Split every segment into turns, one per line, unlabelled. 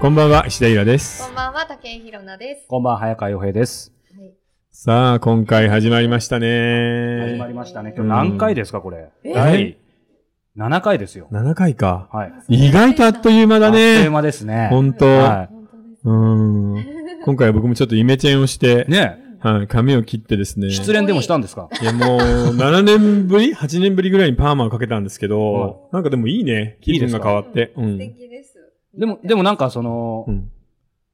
こんばんは、石田ゆらです
こん。ばんは、竹井ひろなです。
こんばんは、早川洋平です。
はい、
さあ、今回始まりました
始ま
ね。
りましたね。今日何回ですか、これ。
え
第7回ですよ。
7回か。
はい。
意外とあっという間
あ
だ
っという
ね。
間ですね。
ほんと。
は
本当で
う
す。
ーん。今回は僕もちょっとイメチェンをして、
ね
はい、髪を切ってですね。
え、失恋でもしたんですか
いや、もう、7年ぶり ?8 年ぶりぐらいにパーマをかけたんですけど、なんかでもいいね。
い
気
いで
分
す
が
か
変わって。う
素
ん。
敵です。
でも、でもなんかその
う、ん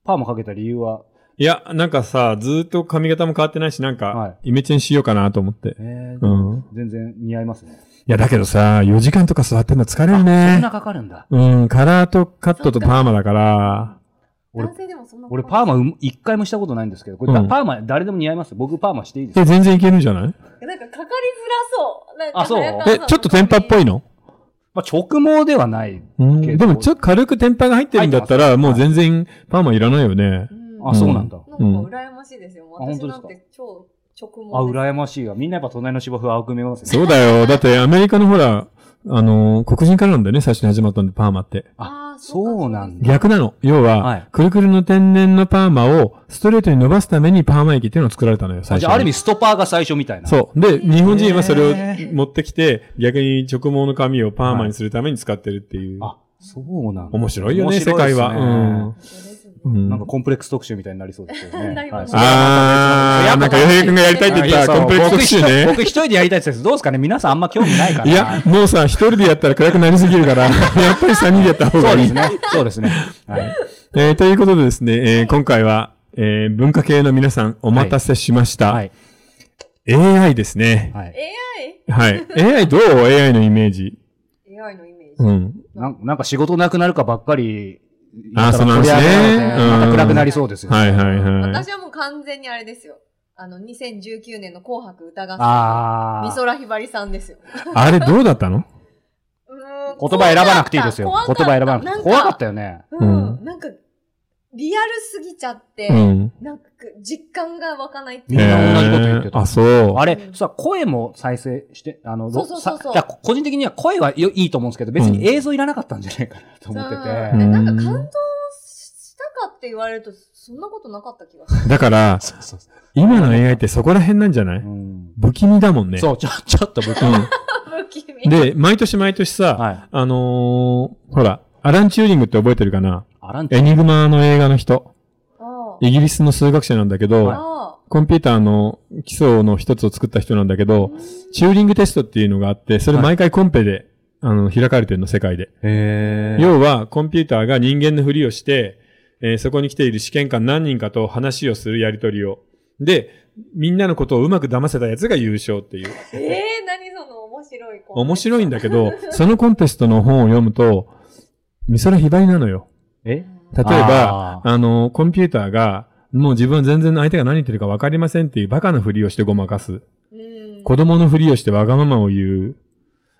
パーマかけた理由は、
いや、なんかさ、ずーっと髪型も変わってないし、なん
は
か、イメチェンしようかなと思って。
えー
うん。
全然似合いますね。
いや、だけどさ、4時間とか座ってんの疲れる
そん
ね
な。かかるんだ。
うん、カラーとカットとパーマだから、
俺
男性でもそんな
俺パーマうん一回もしたことないんですけど、これ
う
パ
ん
ーマ誰でも似合います僕パーマしていいです
え、全然いけるんじゃない
なんかかかりづらそう。なんか
あそう
早川さん
え、ちょっとテンパっぽいの
まあ直毛ではない。
うん、でもちょっと軽く天パが入ってるんだったら、
入って
もう
ます
全然パーマいらないよね。
うん
あ、そうなんだ。
なん
う
か
ん
羨ましいですよ。
あ本
私
当で
な
す
ん
か
て超直毛
あ、
です。
羨ましいわ。みんなやっぱ隣の芝生青く見えますね。
そうだよ。だってアメリカのほら、あのー黒人からなんだよね、最初に始まったんで、パーマって。
あー
そうなんだ。
逆なの。要は、
はい
くるくるの天然のパーマをストレートに伸ばすためにパーマ液っていうのを作られたのよ、最初に。
じゃあある意味ストパーが最初みたいな。
そう。で、日本人はそれ
へ
を持ってきて、逆に直毛の髪をパーマにするために使ってるっていう。
あ、そうなんだ。
面白いよね、
面
世
白
界
いですね
は。うん
そうですね。
うん。
なんかコンプレックス特集みた いになりそうですよ
なり
ね。
ます
はい
あー、なんか、洋平くんがやりたいって言った
そう
コンプレックス特集ね。
僕一人でやりたいですどうですかね皆さんあんま興味ないから。
いや、もうさ、一人でやったら暗くなりすぎる から、やっぱり三人でやった方
そ
が
う
い
で
い
す。ね。そうですね。はい。
えーということでですね、えー今回は、えー文化系の皆さんお待たせしました。
はい。
AI ですね。
はい。
AI?AI
はい。AI どう ?AI のイメージ。
のイメージ。
うん。
なんなんか仕事なくなるかばっかり。
あーそうなんですね
取り上げられてまた暗くなりそうですよね。
はいはいはい。
私はもう完全にあれですよ。あの、2019年の紅白歌合戦。美
ああ。
空ひばりさんですよ。
あれどうだったの
言
言葉選ばなくていいですよ。言葉選ばなくていい。怖かったよね。
うん
う
なんか、リアルすぎちゃって、
うん。
なんか、実感が湧かないって
み
い
ん
う
な
か。
同じこと言ってた
えーあ、そう。
あれ、さ、声も再生して、あの、ろ
そうそうそうそう
さじゃあ個人的には声はいいいと思うんですけど、別に映像いらなかったんじゃないかなと
うん
思ってて。
うん
なんか感動したかって言われると、そんなことなかった気がする。
だから、
そうそうそ。
今の AI ってそこら辺なんじゃないう
うん
不気味だもんね。
そう、ちょ、 ちょっと僕
う
は。
不気味
ん。で、毎年毎年さ、
はい。
あのー、ほら、アラン・チューリングって覚えてるかな
アラン
エニグマの映画の人。
あ
イギリスの数学者なんだけど、
あ。
コンピューターの基礎の一つを作った人なんだけど、チューリングテストっていうのがあって、それ毎回コンペで、あの、開かれてるの、世界で。
へ
要は、コンピューターが人間のふりをして、えーそこに来ている試験官何人かと話をするやりとりを。で、みんなのことをうまく騙せたやつが優勝っていう。
ええー、何その面白いコンテンツ
面白いんだけど、そのコンテストの本を読むと、美空ひばりなのよ。
え
例えば、あ
あ
の、コンピューターが、もう自分は全然相手が何言ってるか分かりませんっていうバカなふりをしてごまかす。
うん。
子供のふりをしてわがままを言う。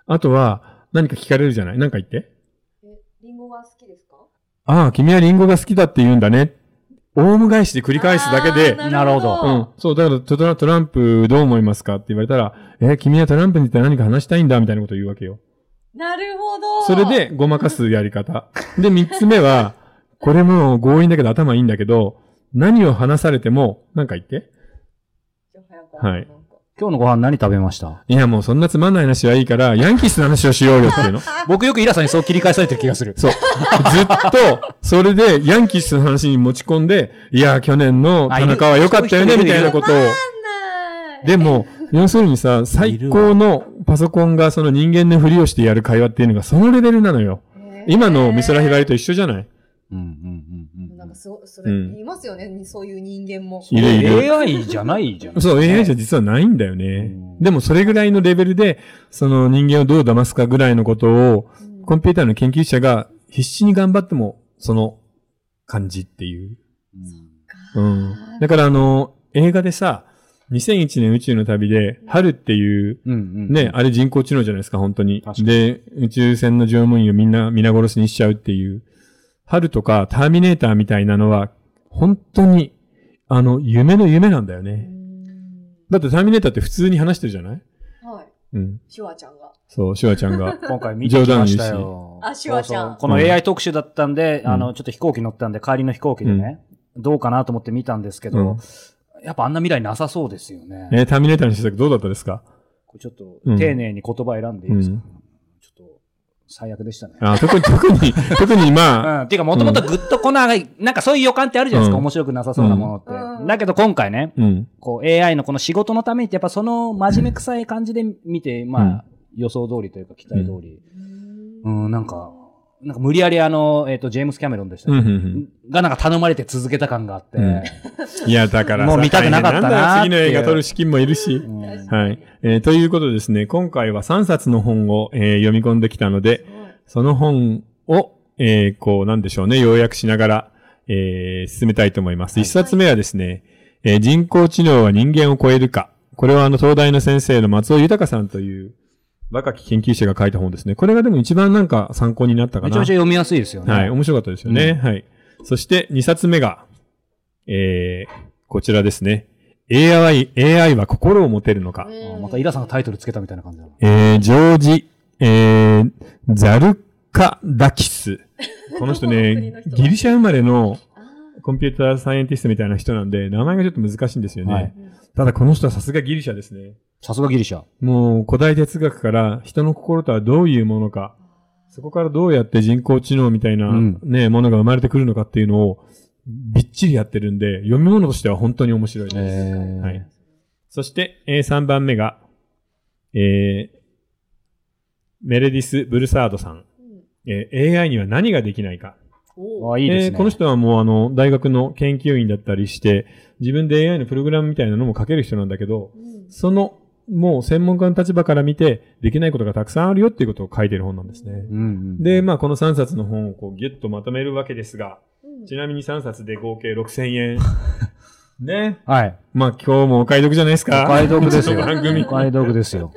あとは、何か聞かれるじゃない何か言って。
えリンゴが好きですか
ああ、君はリンゴが好きだって言うんだね。オウム返しで繰り返すだけで、
あー
なるほ
うん。そう、だからトラ、トランプどう思いますかって言われたら、えー君はトランプについて何か話したいんだみたいなことを言うわけよ。
なるほど。
それで、、ごまかすやり方。で、三つ目は、これも強引だけど頭いいんだけど、何を話されても、なんか言って。はい
今日のご飯何食べました
いや、もうそんなつまんない話はいいから、ヤンキースの話をしようよっていうの。ずっ
僕よくイラさんにそう切り返されてる気がする。そう。
と、それで、ヤンキースの話に持ち込んで、いや、去年の田中は良かったよね、
あいる
みたいなことを。
なんない。
でも、要するにさ、最高のパソコンがその人間のふりをしてやる会話っていうのがそのレベルなのよ。
えー
今の美空ひばりと一緒じゃない
うんうんうん
な
うんん
か。すご、そうれ、
ん
いますよね、そういう人間も。
いるいる
AI じゃないじゃん。
そう、AI じゃ
ゃ
実はないんだよね
うん。
でもそれぐらいのレベルで、その人間をどう騙すかぐらいのことを、
うん
コンピューターの研究者が必死に頑張っても、その感じっていう。うん。だからあの、映画でさ、2001年宇宙の旅で、春っていう、
うんうん。
ね、あれ人工知能じゃないですか、本当に
確。かに
で、宇宙船の乗務員をみんな皆殺しにしちゃうっていう。春とかターミネーターみたいなのは、本当に、あの、夢の夢なんだよ
う
ね。
ん
だってターミネーターって普通に話してるじゃない
はい。
うん。
シュワちゃんが。
そう、シュワちゃん が。
今回見てきました
冗談
よ。
あシュワちゃん
そうそうこの
うん
AI 特集だったんで、
うん
あの、ちょっと飛行機乗ったんで、帰りの飛行機でね、どうかなと思って見たんですけど、やっぱあんな未来なさそうですよね。
えーターミネーターの試作どうだったですか
これちょっと
うん、
丁寧に言葉選んでいいですか、
うん
ちょっと、最悪でしたね。
あ特に、特に、特にまあ、
うん、ていうか、もともとグッとこない、なんかそういう予感ってあるじゃないですか、
うん
面白くなさそうなものって。
うん
だけど今回ね、
うん。
こう AI のこの仕事のためにって、やっぱその真面目くさい感じで見て、まあ、予想通りというか期待通り。うん、なんか、なんか無理やりあの、えっ、と、ジェームス・キャメロンでした
うん、
ね、
うんうん。
がなんか頼まれて続けた感があって。
うんいや、だからさ
もう見たくなかったなー
大変んだよ次
って
の映画撮る資金もいるし。
うん
確かに
はい。えーということでですね、今回は3冊の本を、えー読み込んできたので、その本を、えーこう、なんでしょうね、要約しながら、えー進めたいと思います。
はい
1冊目はですね、えー人工知能は人間を超えるか。これはあの、東大の先生の松尾豊さんという、若き研究者が書いた本ですね。これがでも一番なんか参考になったか
め
な。
ちゃめちゃ読みやすいですよね。
はい、面白かったですよね。はい。そして、2冊目が、えー、こちらですね。AI、AI は心を持てるのか。
あまたイラさんがタイトルつけたみたいな感じだな。
えー、ジョージ、えー、ザルカダキス。この人
どこの国の
ね、
人
ギリシャ生まれの
あ
コンピューターサイエンティストみたいな人なんで、名前がちょっと難しいんですよね。
はい
ただこの人はさすがギリシャですね。
さすがギリシャ。
もう古代哲学から人の心とはどういうものか、そこからどうやって人工知能みたいな、
うん
ね、ものが生まれてくるのかっていうのをびっちりやってるんで、読み物としては本当に面白いです。
えー
はいそして、えー3番目が、えーメレディス・ブルサードさん、
うん
えー AI には何ができないか。
お
あ
ー
いいですね。
えーこの人はもうあの、大学の研究員だったりして、自分で AI のプログラムみたいなのも書ける人なんだけど、
うん
その、もう専門家の立場から見て、できないことがたくさんあるよっていうことを書いてる本なんですね。
うんうん、
で、まあ、この3冊の本をこうギュッとまとめるわけですが、
うん
ちなみに3冊で合計6000円。ね。
はい。
まあ、今日もお買い得じゃないです
お
か。
買い得ですよ。
この番組
お買い得ですよ。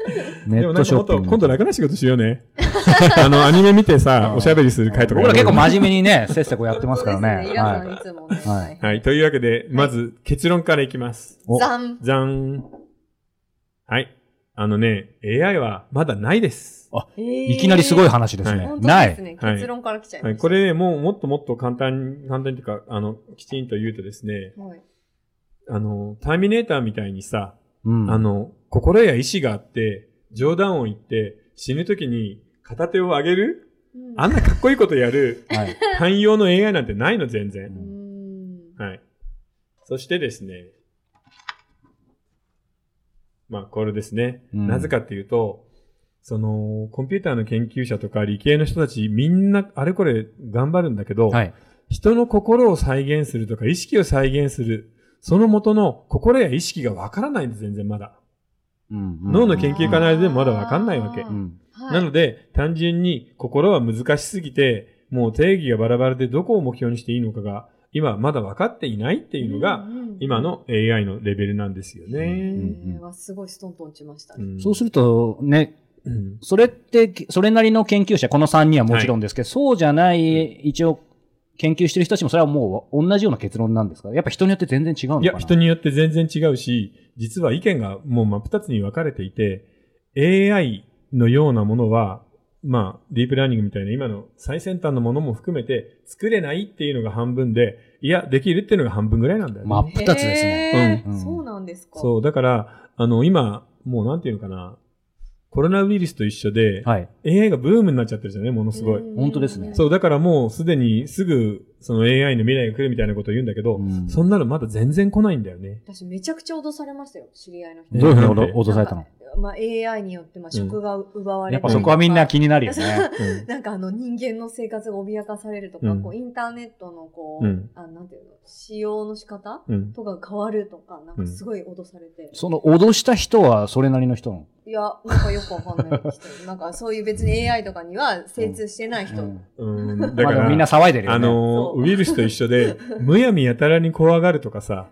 ネ
でも
ッ
なん
ト
か
シ
も
ョッ
っ
ピン
と
グ。
今度楽な仕事しようね。 あの、アニメ見てさ、おしゃべりする回とか。
僕ら結構真面目にね、せっせこやってますから
そうです
ね。
イラさんいつもね。
はい
はい
はい。というわけで、まず結論からいきます。
お
ざん。
じゃん。はい。あのね、AI はまだないです。
い。いきなりすごい
話
話ですね。
は
本当
な
です
い。
ね。
ない
結論から来ちゃいま
はい。
した。
これ、もう、もっともっと簡単に、簡単にというか、あの、きちんと言うとですね、
はい。
あの、ターミネーターみたいにさ、
うん
あの、心や意志があって、冗談を言って、死ぬ時に片手を上げる
うん
あんなかっこいいことや る
はい。
汎用の AI なんてないの、全然
う。ん
はい。そしてですね、まあ、これですね。
うん
なぜかっていうと、その、コンピューターの研究者とか理系の人たち、みんな、あれこれ頑張るんだけど、
はい。
人の心を再現するとか、意識を再現する、その元の心や意識がわからないんです、全然まだ。脳
脳
の研究家の間でもまだわかんないわけ
あー
うん。
はい
なので、単純に心は難しすぎて、もう定義がバラバラでどこを目標にしていいのかが、今まだ分かっていないっていうのが、
んうん
今の AI のレベルなんですよ
え
ね。
ーわすごいストンと落ちましたね。
そうす
る
ると、ね、それって、それなりの研究者、この3人はもちろんですけど、そうじゃない、一応、研究してる人たちも、それはもう同じような結論なんですかやっぱ人によって全然違うのかない
や、人によって全然違うし、実は意見がもう真っ二つに分かれていて、AI のようなものは、まあ、ディープラーニングみたいな今の最先端のものも含めて作れないっていうのが半分で、いや、できるっていうのが半分ぐらいなんだよね。
真っ二つですね。
ね
うん
そうなんですか。
そう、だから、あの、今、もうなんていうのかな、コロナウイルスと一緒で、
はい。
AI がブームになっちゃってるじゃんね、ものすごい。
うん
本当ですね
そう、だからもうすでにすぐ、その AI の未来が来るみたいなことを言うんだけど、
うん
そんなのまだ全然来ないんだよね。
私めちゃくちゃ脅されましたよ、知り合いの人。
どういうふうに
なんで
脅されたの
まあ AI によってまあ職が奪われ
や
る
っぱそこはみんな気になる よね。
うん
なんかあの人間の生活が脅かされるとか、
うん
こうインターネットのこう、
うん
あなんていうの使用の仕方
うん。
とかが変わるとか、なんかすごい脅されて、
その脅した人はそれなりの人なの。
いや、なんかよくわかんない人、 なんかそういう別に AI とかには精通してない人、
うん
うん。だ
ま
か
あで
ら、
もみんな騒いでるよね。
あの
そう
ー、ウイルスと一緒 で、むやみやたらに怖がるとかさ、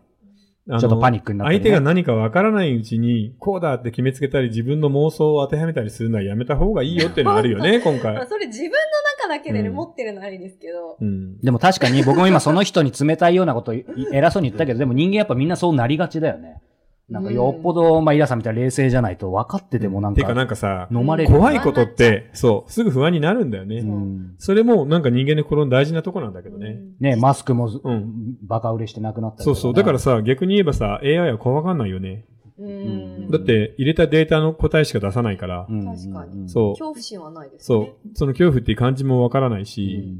あのー
ちょっとパニックになって、ね。
相手が何かわからないうちに、こうだって決めつけたり、自分の妄想を当てはめたりするのはやめた方がいいよっていうのはあるよ ね、今
まあ
回。
それ自分の中だけでね、
うん
持ってるのありですけど、
うん。
でも確か に僕も今その人に冷たいようなことい偉そうに言ったけど、でも人間やっぱみんなそうなりがちだよね。なんかよっぽど、まあ、イラさんみたいな冷静じゃないと分かっててもなん
てかな
か、
んかさ、
飲まれる。
怖いことって、そう、すぐ不安になるんだよね。
うん
それもなんか人間の心の大事なとこなんだけどね。
ね、マスクもず、
うん
バカ売れしてなくなったり、
そうそう。だかららさ、逆に言えばさ、AI は怖がんないよね。
うんん。
だって、入れたデータの答えしか出さないから、
うん
確かに
そう
恐怖心はないです
そ
ね。
う、その恐怖っていう感じもわからない
うん
し、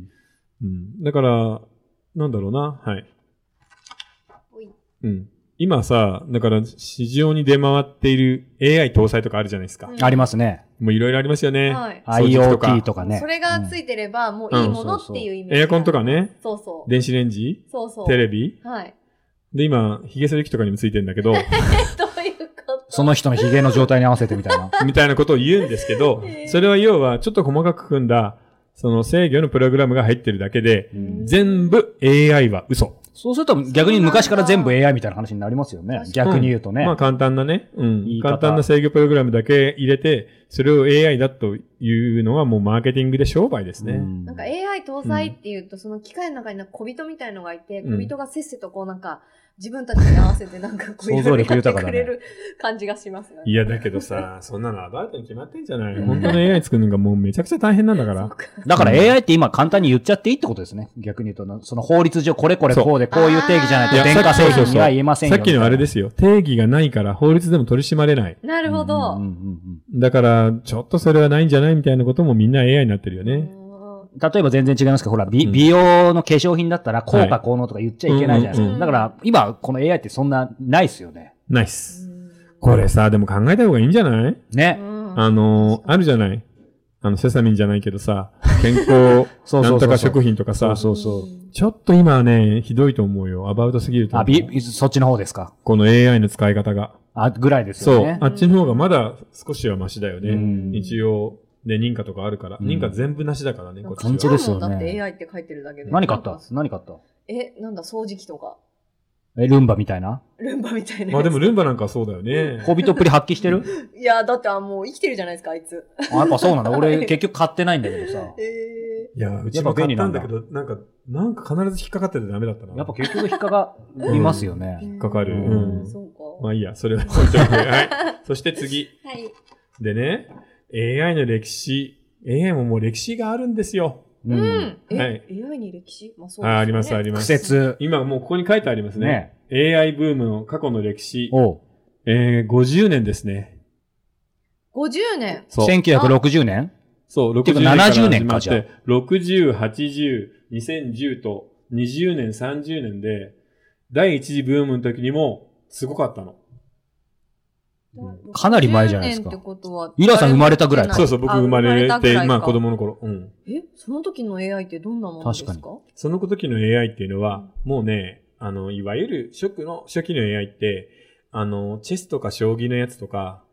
うん。だから、なんだろうな、はい。
おい
うん。今さ、だから市場に出回っている AI 搭載とかあるじゃないですか。
う
ありますね。
もういろいろありますよね。
はい。
掃除機とか
IoT とかね。
それがついてれば、もういいものっていうイメージ。
エアコンとか。ね、
そうそう。
電子レンジ、
そうそう。
テレビ。
はい。
で、今、髭剃り機とかにもついてんだけど、
どういうこと
その人の髭の状態に合わせてみたいな。
みたいなことを言うんですけど
え、ー
それは要はちょっと細かく組んだ、その制御のプログラムが入ってるだけで、
うん
全部 AI は嘘。
そうすると逆に昔から全部 AI みたいな話になりますよ
確
ね
か。に
逆に言うとね。
まあ簡単なね、うん
言い方
簡単な制御プログラムだけ入れて、それを AI だというのはもうマーケティングで商売ですね。
うん
なんか AI 搭載っていうと、その機械の中になんか小人みたいのがいて、
うん
小人がせっせとこうなんか、自分たちに合わせてなんかこう
想
い
像
ろいろ
力
やって
豊かだ
く
ね
れる感じがしますね。
いや、だけど さ、そんなのアバウトに決まってんじゃない
うん
本当の AI 作るのがもうめちゃくちゃ大変なんだか
そ う
ら。
か。
だから
うん
AI って今簡単に言っちゃっていいってことですね。逆に言うと、その法律上これこれこうでこういう定義じゃない
い
と
や
電化
さっ
製
き
品には言えませんよ。
さっきのあれですよ。定義がないから法律でも取り締まれない。
な
な
るほど。
だから、ちょっとそれはないんじゃないみたいなこともみんな AI になってるよ
う
ね。
ん
例えば全然違いますけど、ほら、美
うん
美容の化粧品だったら効果効能とか言っちゃいけないじゃないです
うん
か。
うん
うん
だから今この AI ってそんなないっすよね。
ナイス。これさ、でも考えた方がいいんじゃない
うん
ね。
あのー、あるじゃないあの、セサミンじゃないけどさ、健康、
そう
な
そ
ん
うそ
と
う。
か食品とかさ、
そうそう
ちょっと今はね、ひどいと思うよ。アバウトすぎると
あ、
思う。
び、そっちの方ですか。
この AI の使い方が。
あ、ぐらいですよ
そう
ね。。
あっちの方がまだ少しはマシだよ
う
ね。
ん
一応、ね、認可とかあるから。
うん
認可全部なしだからね、こっち
本当
は。
ですよね
だって AI って書いてるだけで。
何買った
なんか
何買った
え、なんだ、掃除機とか、
え、ルンバみたいな
ルンバみたいなやつ。
まあでも、ルンバなんかはそうだよね。
小人っぷり発揮してる
いや、だってあもう生きてるじゃないですか、あいつ。
あやっぱそうなんだ。俺結局買ってないんだけどさ。
え
いや、う
や
ち
っぱ
も
便
買
利
った
なん
ん
だ
だけど、なんか、なんか必ず引っかかっててダメだったな。
やっぱ結局引っかかりますよね。
ー。
かかる
うん
そうか。
まあいいや、それは 置いといて。はい。そして次。
はい。
でね、AI の歴史、AI ももう歴史があるんですよ。
う。
うんん。え、
はい
意外に歴史まあそうですよね
ああります、ありま
苦
す。
節。
今もうここに書いてありますね。
ね。
AI ブームの過去の歴史、
おう。
えー、50年ですね。
50年。
そう。
1960年
そう、
て
60
か
年から始
年
ま
か
っ
じゃあ
て、60、80、2010と20年、30年で、第一次ブームの時にもすごかったの。うん
かなり前じゃないです
60
か
年ってことは。
イラさん生まれたぐらいか
そうそう、僕
あ
生まれ
たぐ
て
ら、いか
まあ子。供の頃。うん。
え、その時の AI ってどんなものですか
確
その時の AI っていうのは、もうね、あの、いわゆる初期の、初期の AI って、あの、チェスとか将棋のやつとか、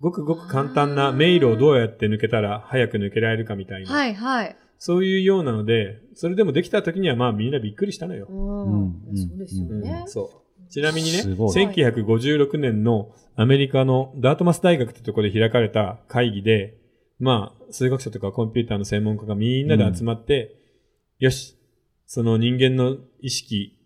ごくごく簡単な
あー
迷路をどうやって抜けたら早く抜けられるかみたいな、
はいはい。
そういうようなので、それでもできた時にはまあみんなびっくりしたのよ
う。ん。
うん
そうですよ
うん
ね。
そう。ちなみにね、
すごい
1956年のアメリカのダートマス大学ってところで開かれた会議で、まあ、数学者とかコンピューターの専門家がみんなで集まって、よし、その人間の意識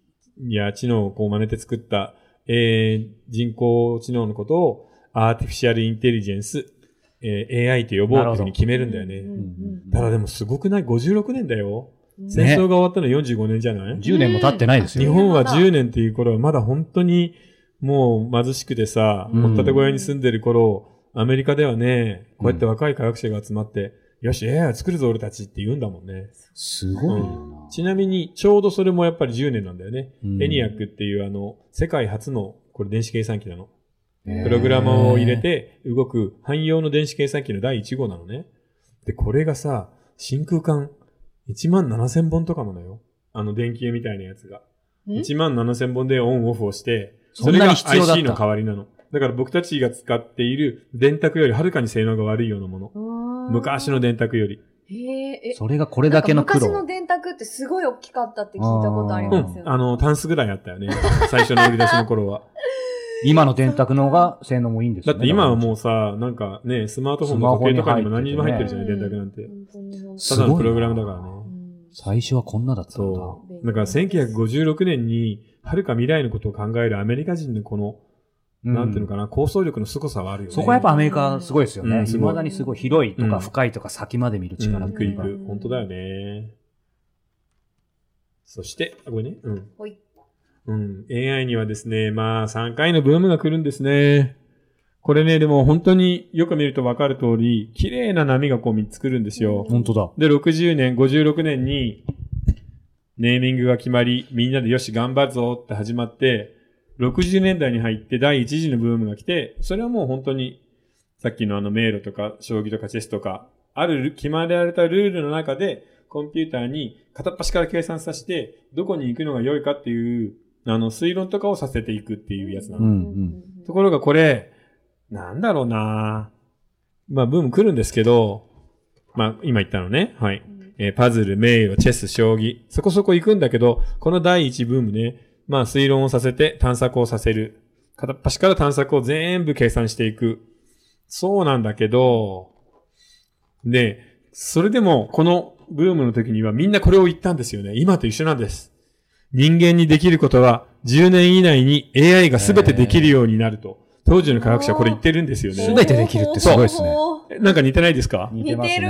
や知能をこう真似て作った、えー人工知能のことをアーティフィシャルインテリジェンス、えー AI と呼ぼう
な
という
るほ
ふ
ど
うに決めるんだよ
う
ね。
ん
ただでもすごくない ?56 年だよ。
うん
戦争が終わったの45年じゃない
10年も経ってないです
日
よ。
本は10年っていう頃はまだ本当にもう貧しくてさ、
うん
掘ったて小屋に住んでる頃、アメリカではね、こうやって若い科学者が集まって、よし、AI を作るぞ俺たちって言うんだもんね。
すごいよ
ちなみに、ちょうどそれもやっぱり10年なんだよね。
な。
エニアックっていうあの、世界初の、これ電子計算機なの。
へー
プログラマーを入れて動く汎用の電子計算機の第1号なのね。で、これがさ、真空管1万7000本とかなのよ。あの電球みたいなやつが。
ん
1万7000本でオンオフをして、
そ
そ
ん
れ
な
が
に必要だった
IC の代わりなの。だから僕たちが使っている電卓よりはるかに性能が悪いようなもの。
うん
昔の。電卓より。
へえ、え、
それがこれだけの苦
なんか昔の
労。
電卓ってすごい大きかったって聞いたことあり
う
ます
ん。
よね。
あの、タンスぐらいあったよね。最初の売り出しの 頃は。
今の電卓の方が性能もいいんです
だ
よ
っ
ね。
て今はもうさ、なんかね、スマートフォンの時計とかにも何にも入ってるじゃない、電卓なんて。
本当に本当に
ただのプログラムだからね。
うん
最初はこんなだったんだ。
そう。だから1956年に、はるか未来のことを考えるアメリカ人のこの、なんていうのかな、構想力の凄さはあるよね。
そこはやっぱアメリカすごいですよ
う
ね。
んす
未
ごい
だにすごい広いと
う
か
ん
深いとか先まで見る力
う
っ
ん
て
く
いう
い
か。
く。本当だよね。そして、あ、ごめんね。うん。
ほい。
うん。AI にはですね、まあ、3回のブームが来るんですね。これね、でも本当によく見ると分かる通り、綺麗な波がこう3つ来るんですよ。
本当だ。
で、60年、56年に、ネーミングが決まり、みんなでよし、頑張るぞって始まって、60年代に入って第一次のブームが来て、それはもう本当に、さっきのあの迷路とか、将棋とかチェスとか、ある決まられたルールの中で、コンピューターに片っ端から計算させて、どこに行くのが良いかっていう、あの、推論とかをさせていくっていうやつなの。
うん
ところがこれ、なんだろうなまあ、ブーム来るんですけど、まあ、今言ったのね。はい。えーパズル、迷路、チェス、将棋、そこそこ行くんだけど、この第一ブームね、まあ推論をさせて探索をさせる。片っ端から探索を全部計算していく。そうなんだけど、ね、それでもこのブームの時にはみんなこれを言ったんですよね。今と一緒なんです。人間にできることは10年以内に AI が全てできるようになると。当時の科学者はこれ言ってるんですよ
す
ね
べ。てできるってすごいですね
なんか似てないですか
似
似てる。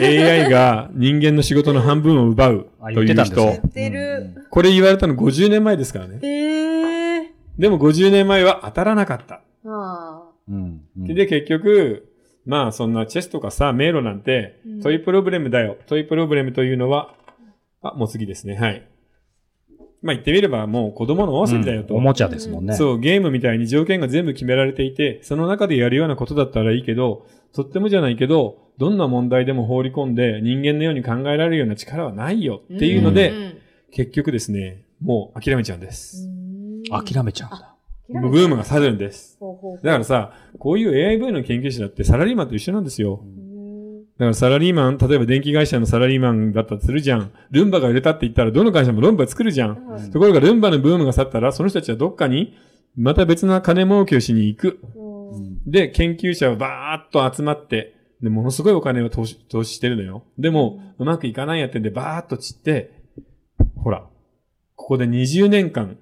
AI が人間の仕事の半分を奪う
あ、
と
言っ
い
て
う
たんです
人
ね。。
言ってる
これ言われたの50年前ですからね。
ええ。
でも50年前は当たらなかった。
ああ。
うん。うん。
で、結局、まあそんなチェスとかさ、迷路なんて
うん
トイプロブレムだよ。トイプロブレムというのは、あ、もう次ですね。はい。まあ言ってみればもう子供のお遊びだよと。
うんおもちゃですもんね。
そう、ゲームみたいに条件が全部決められていて、その中でやるようなことだったらいいけど、とってもじゃないけど、どんな問題でも放り込んで人間のように考えられるような力はないよっていうので、結局ですね、もう諦めちゃうんです。
諦めちゃうんだ。
ブームが去るんです。
ほうほう
だからさ、こういう AIV の研究者だってサラリーマンと一緒なんですよ。だからサラリーマン、例えば電気会社のサラリーマンだったとするじゃん。ルンバが売れたって言ったらどの会社もルンバ作るじゃん。
うん
ところがルンバのブームが去ったら、その人たちはどっかに、また別な金儲けをしに行く。
うん
で、研究者はバーッと集まって、で、ものすごいお金を投資、投資してるのよ。でも、うまくいかないやってんで、バーッと散って、ほら、ここで20年間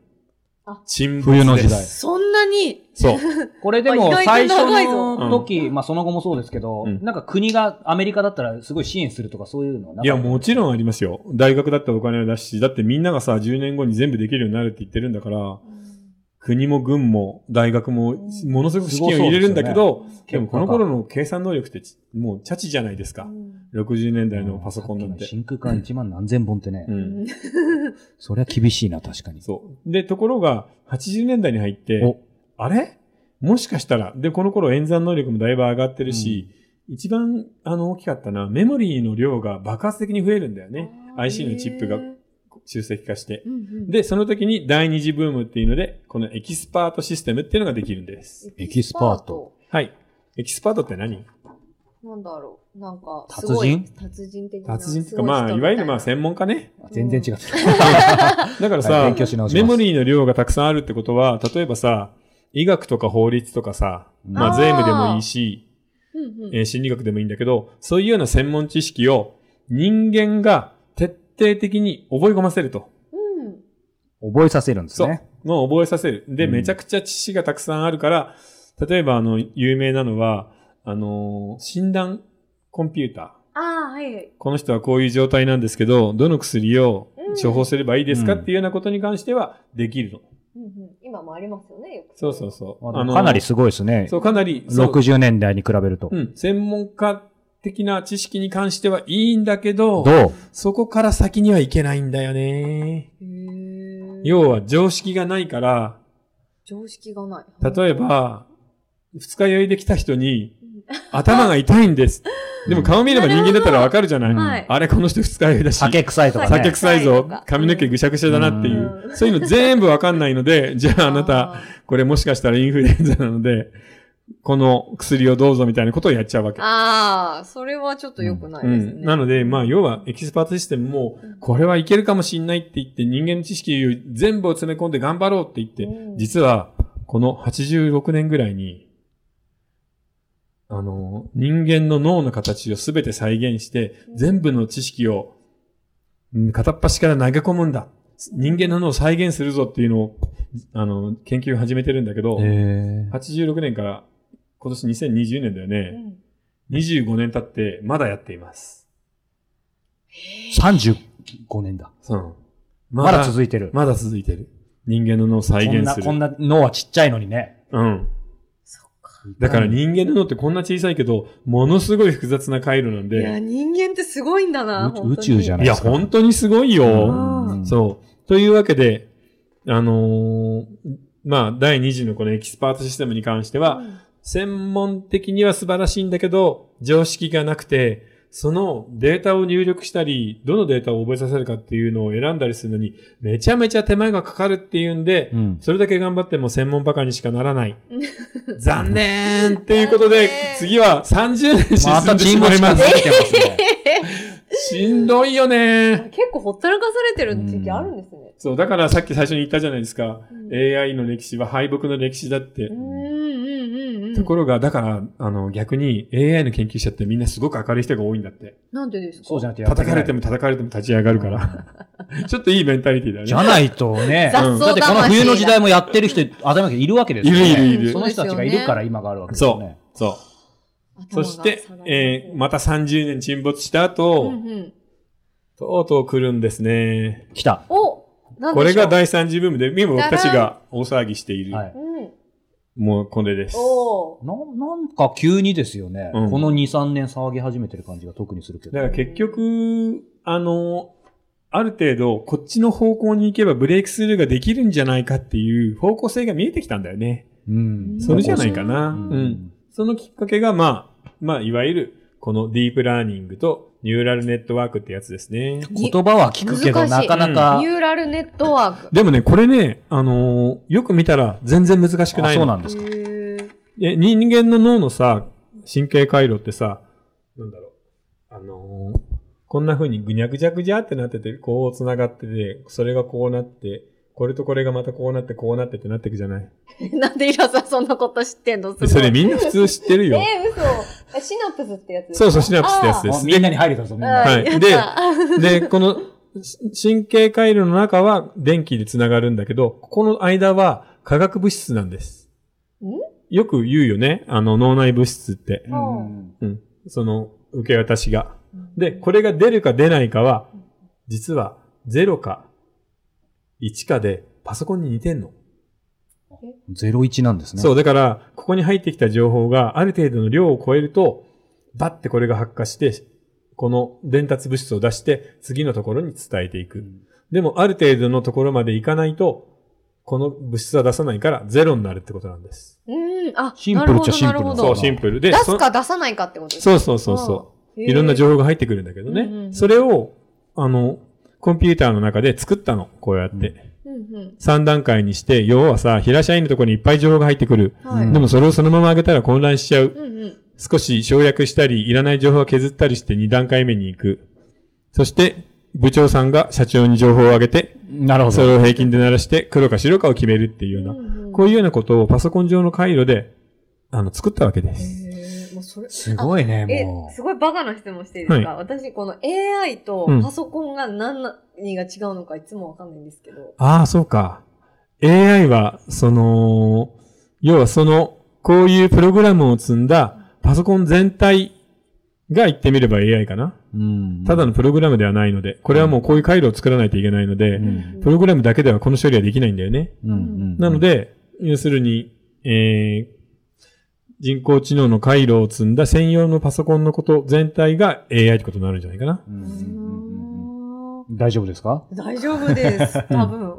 あ、
沈没
冬の時
です
代
そんなに
そう。
これで
あ意
も
外と
最初
長いぞ
の時、まあその後もそうですけど、
うん
なんか国がアメリカだったらすごい支援するとかそういうのはない
や、もち
ん。
ろんありますよ。大学だってお金を出すし、だってみんながさ、10年後に全部できるようになるって言ってるんだから、国も軍も大学も、
うん
ものすごく資金を入れるんだけど、で
そうですよね
もこの頃の計算能力ってち、もう、チャチじゃないですか。60年代のパソコンなん
さってき。の真空管1万何千本ってね、
うん。
そりゃ厳しいな、確かに。
そう。で、ところが、80年代に入って
お、
あれもしかしたら、で、この頃演算能力もだいぶ上がってるし、一番、あの、大きかったな、メモリーの量が爆発的に増えるんだよね。IC のチップが集積化して。で、その時に第二次ブームっていうので、このエキスパートシステムっていうのができるんです。
エキスパート。
はい。エキスパートって何
なんだろうなんか、
達
すごい
人
達人的な。
達人っていう
す
か、
ご
まあ、
人
い
み
わ
た
ゆるまあ、専門家ね。
全然違った。
だから
はい
さ
勉、強し直し
メ
ます
モリーの量がたくさんあるってことは、例えばさ、医学とか法律とかさ、ま
あ
あ
ー
税務でもいいし、
うんうん
えー心理学でもいいんだけど、そういうような専門知識を人間が徹底的に覚え込ませると。
うん
覚えさせるんですね。
もう覚えさせる。で、
うん
めちゃくちゃ知識がたくさんあるから、例えばあの、有名なのは、あのー診断コンピューター。
ああ、はいはい。
この人はこういう状態なんですけど、どの薬を
うん
処方すればいいですか
うん
っていうようなことに関してはできるの。
うんうん今もありますよね、よく。
そうそうそう。
あのかなり
そ
すごいですね。
う、かなり、そう
60年代に比べると。
うん、専門家的な知識に関してはいいんだけど、
どう
そこから先にはいけないんだよね。
へー
要は常識がないから、
常識がない。
例えば、二日酔いできた人に
うん、
頭が痛いんです。でも顔見れば人間だったらわかるじゃない、
うん
はい
あれこの人二日酔いだし、
酒臭いとかね。
酒臭い
はいと
ぞ
か、
髪の毛ぐしゃぐしゃだなっていう、
うん
そういうの全部わかんないので、じゃああなた、これもしかしたらインフルエンザなので、この薬をどうぞみたいなことをやっちゃうわけ。
あー。あーそれはちょっと良くな
う
いですね。
ん、なので、まあ、要はエキスパートシステムも
うん、
これはいけるかもしんないって言って、人間の知識を全部を詰め込んで頑張ろうって言って、
うん
実は、この86年ぐらいに、あの、人間の脳の形をすべて再現して、
うん
全部の知識を、うん片っ端から投げ込むんだ。人間の脳を再現するぞっていうのを、あの、研究を始めてるんだけど、
え
86年から今年2020年だよ
う
ね。
ん
25年経ってまだやっています。
ー、35年だ。
うん。
まだ続いてる。
まだ続いてる。人間の脳を再
こん
現
な、
する。
こんな脳はちっちゃいのにね。
うん。
そっか。
だから人間の脳ってこんな小さいけど、ものすごい複雑な回路なん
いや、
で、
人間ってすごいんだな。
宇
本当に
宇宙じゃない
いや、本当にすごいよ。
う
うん
そう。というわけで、あのーまあ、第2次のこのエキスパートシステムに関しては、
うん
専門的には素晴らしいんだけど、常識がなくて、そのデータを入力したり、どのデータを覚えさせるかっていうのを選んだりするのに、めちゃめちゃ手間がかかるっていうんで、
うん。
それだけ頑張っても専門バカにしかなら ない。残念と
と
いうことで、次は30年進んでしまい
ま
ます。
てますね。
しんどいよね。
結構ほったらかされてる時期あるんですね。
そう、だからさっき最初に言ったじゃないですか。
うん
AI の歴史は敗北の歴史だって
う。んうんうんうん。
ところが、だから、あの、逆に AI の研究者ってみんなすごく明るい人が多いんだって。
なんでですか
そうじゃなくて、
叩かれても叩かれても立ち上がるから。ちょっといいメンタリティだよね。
じゃないと ね。
雑草
だってこの
魂
冬の時代もやってる人、頭だけいるわけですよね。
いるいるいる
その人たちがいるから今があるわけですよね。
そう。
頭
そ
が
して
下が、る
えーまた30年沈没した後、
うんうん
とうとう来るんですね。
来た。
おなんでしょ
こ
う
れが第3次ブームで、今僕たちが大騒ぎしている。
はい。
うん。
もうこれです。
おー
ななんか急にですよね、
うん
この2、3年騒ぎ始めてる感じが特にするけど。
だから結局、あの、ある程度、こっちの方向に行けばブレイクスルーができるんじゃないかっていう方向性が見えてきたんだよね。
うん。
それじゃないかな。
う
うん。そのきっかけが、まあ、まあ、いわゆる、このディープラーニングとニューラルネットワークってやつですね。
言葉は聞くけど、
難しい
なかなか、
ニューラルネットワーク。
でもね、これね、あのーよく見たら全然難しくな
あ
い
そう
の
なんですか。
へー
え人間の脳のさ、神経回路ってさ、なんだろう、あのーこんな風にぐにゃぐじゃぐじゃってなってて、こう繋がってて、それがこうなって、これとこれがまたこうなって、こうなってってなってくじゃない。
なんでイラさんそんなこと知ってんのすご
で
い
それみんな普通知ってる
え
よ。
ー、嘘。えシナプスってやつ
そうそう、シナプスってやつで
あ
す。
みんなに入れたぞ、みんな。
は
はいい。やっ
で
た
で、でこのし神経回路の中は電気で繋がるんだけど、ここの間は化学物質なんです。
ん
よく言うよね、あの脳内物質って。
うん
その受け渡しが。で、これが出るか出ないかは
うん、
実は0か1かでパソコンに似てんの。
01なんですね。
そう、だから、ここに入ってきた情報がある程度の量を超えると、バッてこれが発火して、この伝達物質を出して、次のところに伝えていうく。
ん。
でも、ある程度のところまでいかないと、この物質は出さないから、ゼロになるってことなんです。
うん、あ、
シンプルっちゃシンプル
なるほど
そ
なるほ
う、
ど
シンプルで。
出
そ
すか出さないかってことです
そうそうそうそう。
う
いろんな情報が入ってくるんだけどね。
うんうんうん
それを、あの、コンピューターの中で作ったの。こうやって。
うん
報。うん
3段階にして、要はさ、平社員のところにいっぱい情報が入ってくる。
うん。はい。
でもそれをそのまま上げたら混乱しちゃう。
うんうん。
少し省略したり、いらない情報を削ったりして2段階目に行く。そして、部長さんが社長に情報を上げて、
なるほ
そ
ど。
れを平均で鳴らして、黒か白かを決めるっていうような。
んん
こういうようなことをパソコン上の回路で、あの、作ったわけです。
へーもうそれ
すごいね、
え
も、う。
すごいバカな質問していいですか、私、この AI とパソコンが何が違うのかいつもわかんないんですけど。
ああ、そうか。AI は、その、要はその、こういうプログラムを積んだパソコン全体が言ってみれば AI かな。
うん
ただのプログラムではないので、これはもうこういう回路を作らないといけないので
うん、
プログラムだけではこの処理はできないんだよね。
うんうん
なの、で、要するに、えー、人工知能の回路を積んだ専用のパソコンのこと全体が AI ってことになるんじゃないかな。
うんうん
う
うんうん
ん
大丈夫ですか
大丈夫です。 多分。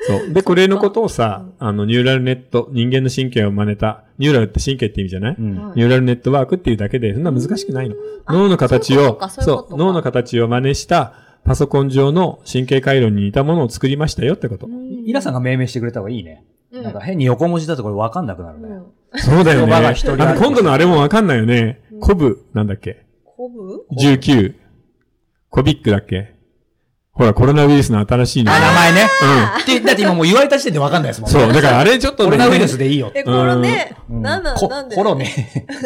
そう。で、これのことをさ、あの、ニューラルネット、人間の神経を真似た、ニューラルって神経って意味じゃない、
うん
ニューラルネットワークっていうだけで、そんな難しくないの。
あ
脳の形を、
そういうことかそういうことか
脳の形を真似したパソコン上の神経回路に似たものを作りましたよってこと。
イラさん
が、
が命名してくれた方がいいね。
う
なんか変に横文字だとこれ分かんなくなる
う
ね。
ん。
そうだよね。
言葉が一人
あの今度のあれもわかんないよね
う。ん
コブ、なんだっけ
コブ
?19。コビックだっけほら、コロナウイルスの新しいの。
あ、名前ね。
う
って、だって今もう言われた時点で分かんないですも
ん。
んね。
そう、だからあれちょっと
コ
ね
ロナウイルスでいいよ。
え、これね、
うん
なんな
こ
ん、なんで
コロ。ね。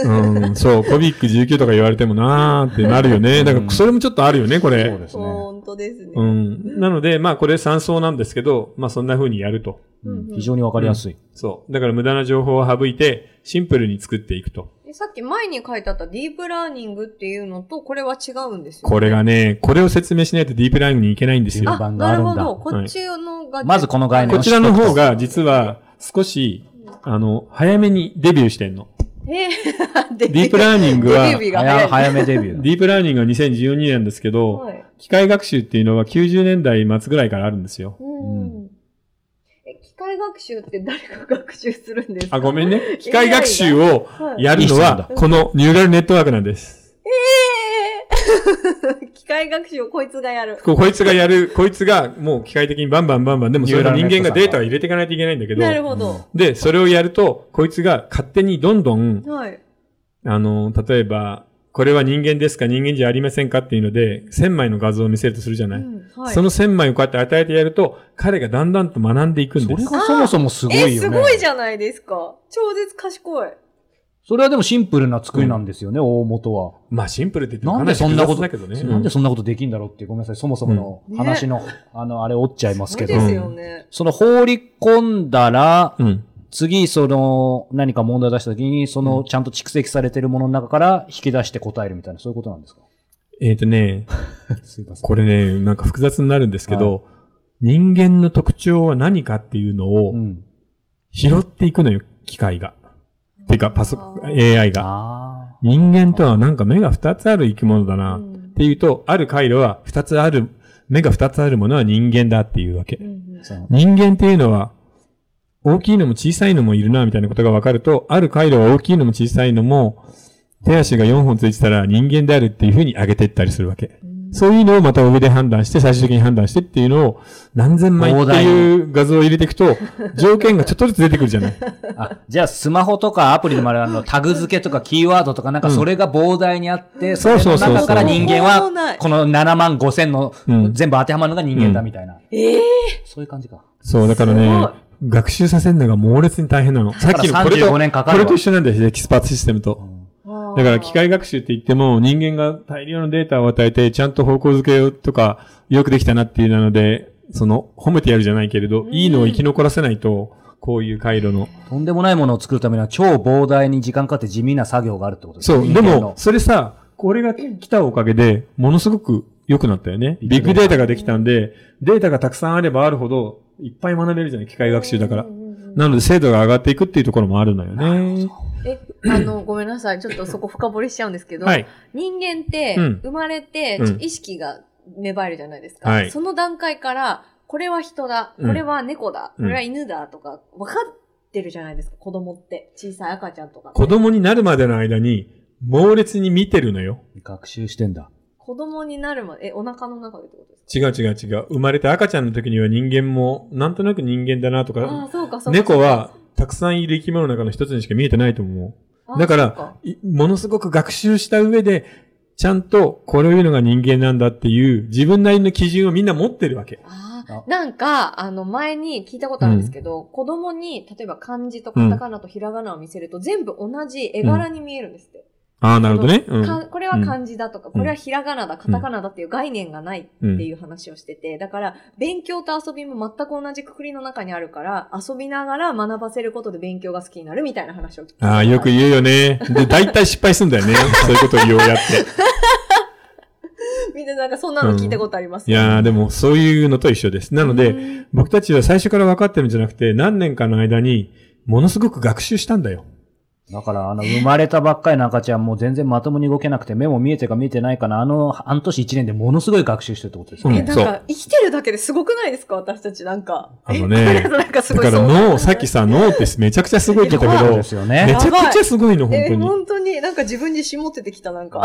うん、そう、コビック19とか言われてもなーってなるよね。だから、それもちょっとあるよね、これ。
で
ほん当ですね。
うん。なので、まあこれ参照なんですけど、まあそんな風にやると。
う
うん
ん
うん
非常にわかりやすい。
そう。だから無駄な情報を省いて、シンプルに作っていくと。
でさっき前に書いてあったディープラーニングっていうのと、これは違うんですよ、ね。
これがね、これを説明しないとディープラーニングにいけないんです
順
よ。
あ、
番があ
な
る
る
んだ
ほど。こっちのが、
まずこの概念
こ
を
ちらの方が実は少し、あの、早めにデビューしてんの。
えー、 デ
ディープラーニングは
デビューが早
早
い。
早めデビュー。
ディープラーニングは2014年なんですけど、
はい。
機械学習っていうのは90年代末ぐらいからあるんですよ。
うん。え、機械学習って誰が学習するんですか
あ、ごめん
ね。
ね。機械学習を
はい、
やるのは、このニューラルネットワークなんです。
えー 機械学習をこいつがやる。
ここいつがやる、こいつがもう機械的にバンバンバンバン、でもそれは人間がデータを入れていかないといけないんだけど、
なるほど。
で、それをやると、こいつが勝手にどんどん、
はい。
あの、例えば、これは人間ですか人間じゃありませんかっていうので、1000枚の画像を見せるとするじゃ
う
ない。
んはい、
その1000枚をこうやって与えてやると、彼がだんだんと学んでいくん
そ
で
れ
す。
がそもそもすごいよね。
え、すごいじゃないですか。超絶賢い。
それはでもシンプルな作りなんですよね、大元は。
まあシンプルって言っても
なんでそんなこと
かり複雑だけどね。
なんでそんなことできんだろうって、ごめんなさい、そもそも
うん
の話の、あの、あれ折っちゃいます
そう
けど
で。すよね。
その放り込んだら、
うん。
次、その、何か問題を出した時に、その、ちゃんと蓄積されてるものの中から引き出して答えるみたいな、そういうことなんですか
えっ、とね、
すいません。
これね、なんか複雑になるんですけど、人間の特徴は何かっていうの
う
を
ん。
拾っていくのよ、機械が。っていうか、パソコン、AI が。
ああ。
人間とはなんか目が二つある生き物だな。
う
っ
ん
ていうと、ある回路は二つある、目が二つあるものは人間だっていうわけ
う。ん
そう
人間っていうのは、大きいのも小さいのもいるな、みたいなことが分かると、ある回路は大きいのも小さいのも、手足が4本ついてたら人間であるっていうふうに上げていったりするわけ。
うん
そういうのをまた上で判断して、最終的に判断してっていうのを、何千枚っていう画像を入れていく と、条件がちょっとずつ出てくるじゃない。
あ、じゃあ、スマホとかアプリでもある、あの、タグ付けとかキーワードとか、なんか、
うん
それが膨大にあって、
そうそうそう
れの中から人間
そうそうそ
は
う、
この7万5千の
うん、
全部当てはまるのが人間だみたいな。
ええ
そういう感じか。
そう、だから
すごい
ね、学習させるのが猛烈に大変なの。さっきのこれと、
35年か
こ
かる
れ
わ
と一緒なんだよ、エキスパートシステムと。
ー
だから機械学習って言っても人間が大量のデータを与えてちゃんと方向づけをとかよくできたなっていうなので、その褒めてやるじゃないけれど、
ん
いいのを生き残らせないと、こういう回路の。
とんでもないものを作るためには超膨大に時間かかって地味な作業があるってことですね
そう、で
人間
も
の
それさ、これが来たおかげでものすごく良くなったよね。
ビ
ビ
ッ
ッ
グ
グ
データ
データができたんで、データがたくさんあればあるほどいっぱい学べるじゃない、機械学習だから
う。んうんうん
なので精度が上がっていくっていうところもあるのよね。
え、あの、ごめんなさい。ちょっとそこ深掘りしちゃうんですけど、
はい。
人間って
うん
生まれて
うん
意識が芽生えるじゃないですか。
はい
その段階から、これは人だ、こ
うん
れは猫だ、
うん
これは犬だとか、分かってるじゃないですか、子供って。小さい赤ちゃんとか。
子供になるまでの間に猛烈に見てるのよ。
学習してんだ。
子供になるまで、え、お腹の中でってことです
違う違う違う。生まれて赤ちゃんの時には人間も、なんとなく人間だなと
かああ
か、
ー、そうか、そうか。
猫はたくさんいる生き物の中の一つにしか見えてないと思
あー、
だから
そう
う。いものすごく学習した上で、ちゃんとこれを言うのが人間なんだっていう、自分なりの基準をみんな持ってるわけ。
あ
あ
あ、なんか、あの、前に聞いたことあるんですけど、子供に、例えば漢字とカタカナとひらがなを見せると、全部同じ絵柄に見えるんですって。
ああ、なるほどね。うん。
かこれは漢字だとか、これはひらがなだ、カタカナだっていう概念がないっていう話をしてて、だから、勉強と遊びも全く同じくくりの中にあるから、遊びながら学ばせることで勉強が好きになるみたいな話を聞いた
ああ、よく言うよね。で、大体失敗すんだ よね。そういうことを言おうやって。
みんななんかそんなの聞いたことあります
い
よ、
やー、でもそういうのと一緒です。なので、
で、
僕たちは最初から分かってるんじゃなくて、何年かの間に、ものすごく学習したんだよ。
だから、あの、生まれたばっかりの赤ちゃんも全然まともに動けなくて、目も見えてか見えてないかな、あの、半年一年でものすごい学習してるってことです
う
ね。
ん
え、なん
そ
か、生きてるだけですごくないですか私たちなんか。
あの
え
ね
これなんかす
だ
ごい
から
そう
脳、さっきさ、脳ってめちゃくちゃすごいって言ったけ
そう
ど、
で
め
す
ち
よ
ゃ
ね。
くちゃすごいの、本当
え、
に。
本当に、なんか自分自身持っててきた、 なんか。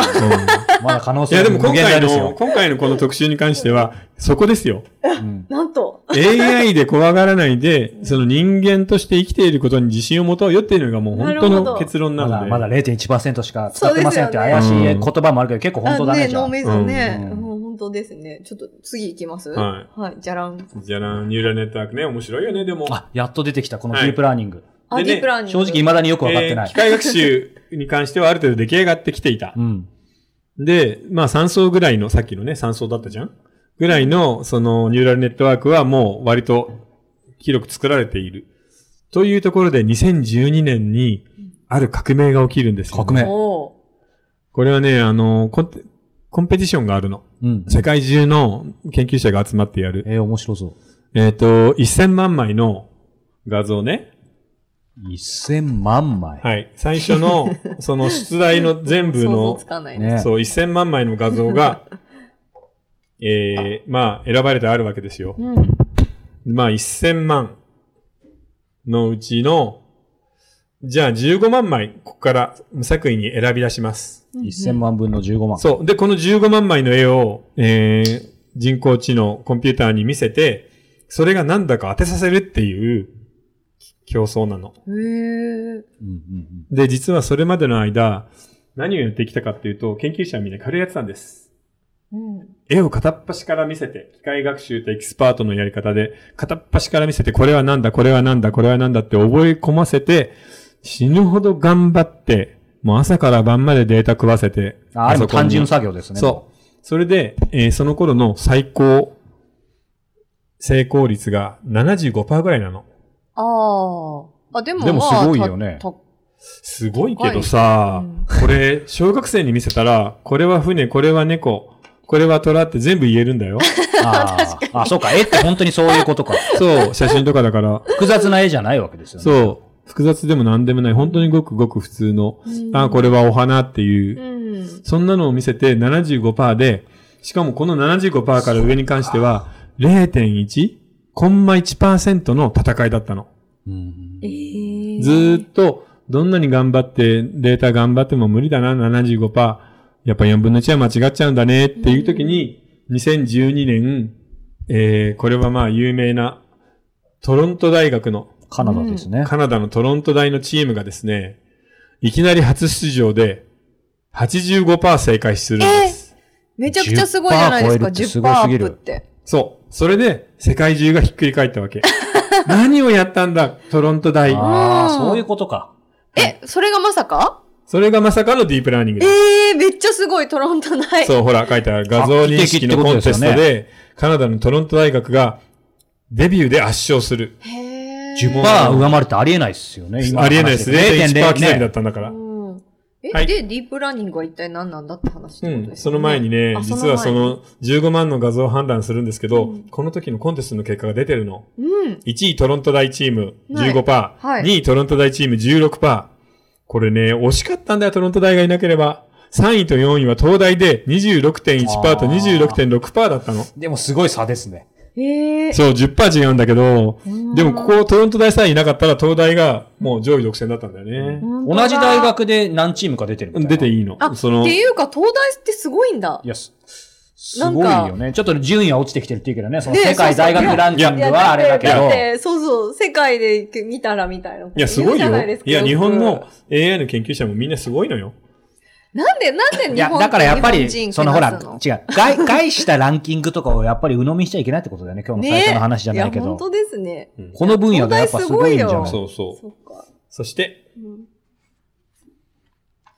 まだ可能
い
性
や、でも
無
今
限
回
大です
の、
よ。
今回のこの特集に関しては、そこですよ。
うん
なんと。
AI で怖がらないで、その人間として生きていることに自信を持とうよっていうのがもう本当
なるほ
の
ど
結論な
ま
の
だ、
で。
まだ0.1%しか使ってませんって
そうで
怪
す
し
よ
い
ね
言葉もあるけど、結構本当だ
あ
ね、
ね、
じゃ
脳
あ。
みそね。
うん
もう本当ですね。ちょっと次行きます。
はい
はい、じゃらん。
じゃらん、ニューラルネットワークね、面白いよね、でも。
あ、やっと出てきた、このディープラーニング。
あ、
でね
ディープラーニン
正
グ。
直、未だによくわかって
え
な
ー
い
機。械学習に関してはある程度出来上がってきていた
う。ん。
で、まあ3層ぐらいの、さっきのね、3層だったじゃんぐらいの、そのニューラルネットワークはもう割と広く作られている。というところで2012年にある革命が起きるんですよ、ね。
革命
おー
これはね、あの、コンテコンペティションがあるの。
うん。
世界中の研究者が集まってやる。
えー、面白そう。
えっ、と、1000万枚の画像ね。
1000万枚。
はい。最初の、その出題の全部
想像
の
つ、かない
ね
ね。
そう、1000万枚の画像が、えー、まあ、選ばれてあるわけですよ。
うん。うん
まあ、1000万のうちの、じゃあ15万枚、ここから無作為に選び出します。
うん
1000。万分の15万。
そう。で、この15万枚の絵を、えー、人工知能、コンピューターに見せて、それが何だか当てさせるっていう競争なの。
へえ。
うんうん
で、実はそれまでの間、何をやってきたかっていうと、研究者はみんな軽いやつなんです。
うん。
絵を片っ端から見せて、機械学習とエキスパートのやり方で、片っ端から見せて、これはなんだ、これはなんだ、これはなんだって覚え込ませて、死ぬほど頑張って、もう朝から晩までデータ食わせて。
うん。あ、あれも
パソコン
単
に
純作業ですね。
そう。それで、えーその頃の最高成功率が75%ぐらいなの。
あーあ。でも、
でも
まあ
すごいよね
たた
すごいけどさ、これ、小学生に見せたら、これは船、これは猫、これは虎って全部言えるんだよ。
う。あーあ、そうか。絵って本当にそういうことか。
そう、写真とかだから。
複雑な絵じゃないわけですよね。
そう、複雑でも何でもない、本当にごくごく普通の、
うん
あ、これはお花っていうう、
ん。
そんなのを見せて75%で、しかもこの75%から上に関しては、0.1、コンマ1%の戦いだったの。
うん
えー
ずーっと、どんなに頑張って、データ頑張っても無理だな、75%。やっぱ4分の1は間違っちゃうんだねっていう時に、2012年、えー、これはまあ有名な、トロント大学の、
カナダですね。
カナダのトロント大のチームがですね、いきなり初出場で、85%正解するんです。
めちゃくちゃすごいじゃないですか、
10%
10%,
超
ア
え
ップ
るっ
ってて。
そう。それで、世界中がひっくり返ったわけ。何をやったんだ、トロント大。
ああ、
うん
そういうことか。
え、それがまさか
それがまさかのディープラーニングです。
ええー、めっちゃすごい、トロントない。
そう、ほら、書いてある画像認識のコンテスト
画期的ってこと
で、カナダのトロント大学がデビューで圧勝する。
へー
10%
まあ、上回るってありえないですよね。今の
ありえないです。
話
0.1%刻みだ
ね
ったんだから。
うん。え、
はい
で、ディープラーニングは一体何なんだって話って
う
ことです
ん、そ
よ
の前にね、
あ
実はその15万の画像を判断するんですけど、
うん
この時のコンテストの結果が出てるの。
前に。うん。
1位トロント大チーム
はい
15%、
はい
2位トロント大チーム16%。これね、惜しかったんだよ、トロント大がいなければ。3位と4位は東大で26.1%と26.6%だったの。
でもすごい差ですね。
へえ。
そう、10%違うんだけど、でもこ
こ、
こトロント大さえいなかったら東大がもう上位独占だったんだよね。
本当だ
同じ大。学で何チームか出てるみたいな。
出ていいの。
あ、って
その、
いうか、東大ってすごいんだ
い。や、すすごいよね。ちょっと順位は落ちてきてるっていうけどね。その
ね
世界大学ランキングはあれだけ
いや
ど
っ。てそうそう、世界で見たらみたいなこと
いや、すごい
言う
よ
じゃなです。か
いや、
く
日本の AI の研究者もみんなすごいのよ。
なんで、なんで
い
日
や、
本
だからやっぱり、そのほら、違う
ね、
外、 外したランキングとかをやっぱり鵜呑みにしちゃいけないってことだよね。今日の最初の話じゃないけ
いや
ど
本。当ですね。
この分野でやっぱすごいんじゃ
東大
な
す
い
そうそう。
そっか。
そして、
うん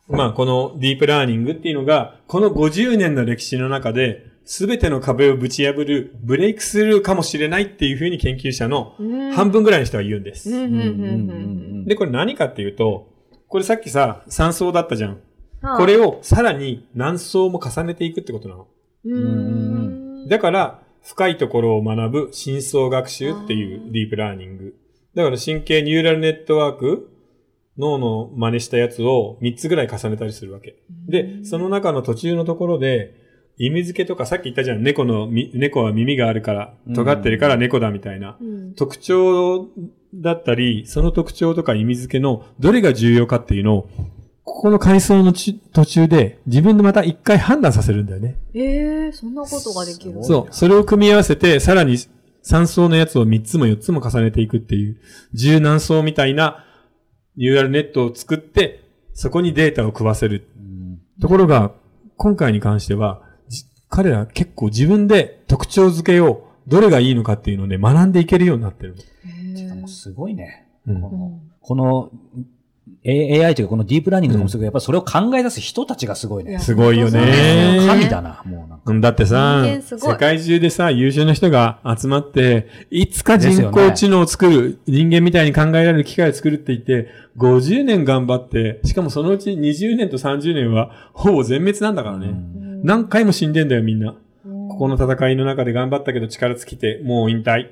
まあ、このディープラーニングっていうのが、この50年の歴史の中で、すべての壁をぶち破る、ブレイクスルーかもしれないっていうふうに研究者の
うん
半分ぐらいの人は言うんで
うん
す。
うん
う
う
んう
ん
んうん
うん
で、これ何かっていうと、これさっきさ、3層だったじゃん。
はい
これをさらに何層も重ねていくってことなの。
うーん
だから、深いところを学ぶ深層学習っていうディープラーニング。だから神経ニューラルネットワーク、脳の真似したやつを3つぐらい重ねたりするわけ。で、その中の途中のところで、意味付けとかさっき言ったじゃん、猫のみ、猫は耳があるから、尖ってるから猫だみたいな。
うん
特徴だったり、その特徴とか意味付けのどれが重要かっていうのを、ここの階層のち途中で自分でまた一回判断させるんだよね。
ええ、そんなことができる。
すごい
そう。それを組み合わせて、さらに3層のやつを3つも4つも重ねていくっていう、十何層みたいなニューラルネットを作って、そこにデータを食わせる。
うん
ところが、今回に関しては、じ彼ら結構自分で特徴付けを、どれがいいのかっていうのをね、学んでいけるようになってる
へえ
すごいね。
の。
こ
う
の
ん
この A- AI というかこのディープラーニングとかもすごいけどやっぱそれを考え出す人たちがすごい
い
ね
や。
すごいよ
本当そうです
ね
よ
神だな、もうなんか。
うんだってさ
人間、すごい
世界中でさ、優秀な人が集まって、いつか人工知能を作る、人間みたいに考えられる機械を作るって言って、50年頑張って、しかもそのうち20年と30年は、ほぼ全滅なんだからね。何回も死んでんだよ、みんな。ここの戦いの中で頑張ったけど力尽きて、もう引退。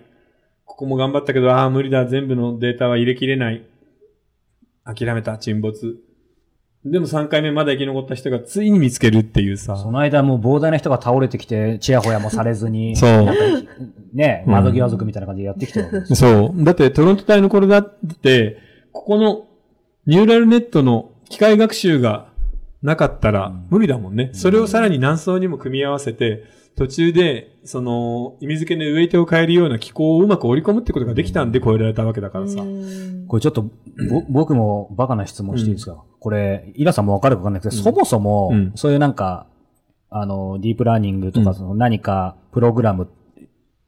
ここも頑張ったけど、ああ、無理だ、全部のデータは入れきれない。諦めた、沈没。でも3回目まだ生き残った人がついに見つけるっていうさ。
その間もう膨大な人が倒れてきて、ちやほやもされずに、
そう。
ね、
うん
窓際族みたいな感じでやってきてるわけですよ。
そう。だってトロント大の頃だって、ここのニューラルネットの機械学習がなかったら
うん
無理だもんね。それをさらに何層にも組み合わせて、途中で、その、意味付けのウェイトを変えるような機構をうまく織り込むってことができたんで超えられたわけだからさ。
これちょっと、 ぼ僕もバカな質問していいですか、これ、イラさんもわかるかわかんないですけど、
うん
そもそも、
うん
そういうなんか、あの、ディープラーニングと
う
か、
ん
その何かプログラム、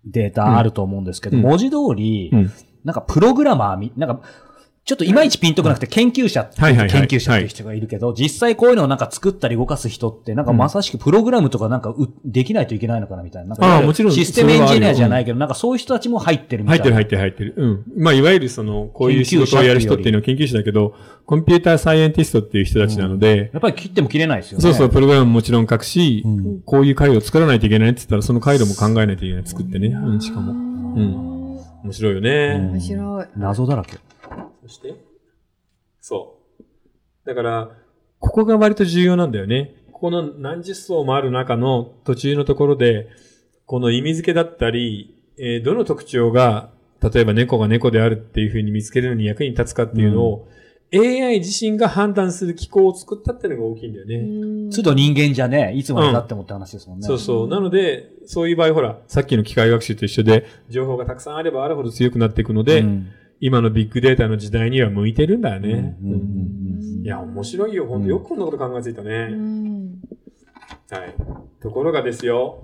データあると思うんですけど、
うん
文字通り、
うん
なんかプログラマーみ、なんか、ちょっといまいちピンとこなくて、研究者って、
はいはいはい
研究者っていう人がいるけど、実際こういうのをなんか作ったり動かす人って、なんかまさしくプログラムとかなんかうできないといけないのかなみたいな。なんか
ああもちろん
システムエンジニアじゃないけど、なんかそういう人たちも入ってるみた
入っ
いな。
てる入ってる入ってる。うん。まあ、いわゆるその、こういう仕事をやる人っていうのは研究者だけど、コンピューターサイエンティストっていう人たちなので、
やっぱり切っても切れないですよね。
そうそう、プログラムももちろん書くし、
うん
こういう回路を作らないといけないって言ったら、その回路も考えないといけない。作ってね。うん、しかも。
も。
面白いよね。
面白い。
謎だらけ。
そしてそう。だから、ここが割と重要なんだよね。ここの何十層もある中の途中のところで、この意味付けだったり、えーどの特徴が、例えば猫が猫であるっていうふうに見つけるのに役に立つかっていうのを、AI 自身が判断する機構を作ったっていうのが大きいんだよね。
都度人間じゃねえ、いつまで経ってもって話ですもんね。
そうそう。なので、そういう場合、ほら、さっきの機械学習と一緒で、情報がたくさんあればあるほど強くなっていくので、
うん
今のビッグデータの時代には向いてるんだよ
うんう
ね。
んうん
いや、面白いよ。ほん
うん
とよくこんなこと考えついた
う
ね。は
ん
い。ところがですよ、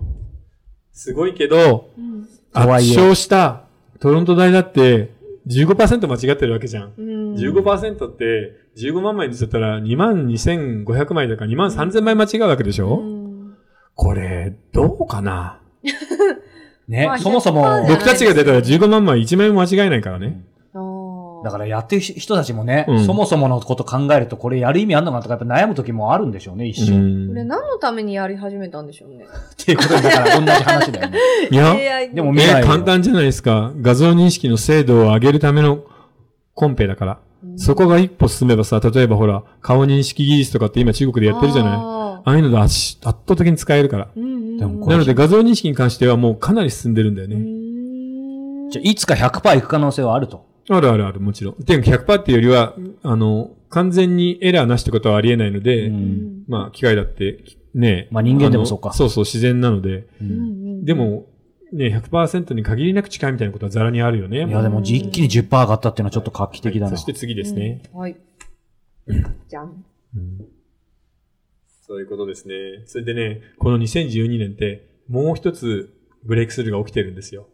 すごいけど、
うん
圧
とはいえ
勝したトロント大だって15%間違ってるわけじゃん。
うん
15%って15万枚にしたら2万2500枚だから2万3000枚間違うわけでしょ、
うん
これ、どうかな
ね
まあ、
そもそ
100%
も、
僕たちが出たら15万枚1枚も間違いないからね。
あー
だからやってる人たちもね、
うん
そもそものこと考えると、これやる意味あんのかなとか、やっぱ悩む時もあるんでしょうね、一瞬。
これ何のためにやり始めたんでしょうね。
っていうことでだから、同じ話だよね。
いや、
AI
でも
う
未
ね
来を
簡単じゃないですか。画像認識の精度を上げるためのコンペだから。
ん
そこが一歩進めばさ、例えばほら、顔認識技術とかって今中国でやってるじゃないあ
あー
あいうので圧圧倒的に使えるから。
うんうんうん
でもこれ
なので画像認識に関してはもうかなり進んでるんだよ
う
ね。
ーん
じゃあいつか100%いく可能性はあると。
あるあるある、もちろん。でも100%っていうよりは、あの、完全にエラーなしってことはありえないので、
うん
まあ機械だって、ね
まあ人間でもそうか
あのそうそう、自然なので。
う
うんうんん
で、も、ね、100%に限りなく近いみたいなことはザラにあるよね。
いや、でも一気に10%上がったっていうのはちょっと画期的だ
はい
な
そし。て次ですね。
うん。はい。じゃん。
うんそういうことですね。それでね、この2012年って、もう一つブレイクスルーが起きてるんですよ。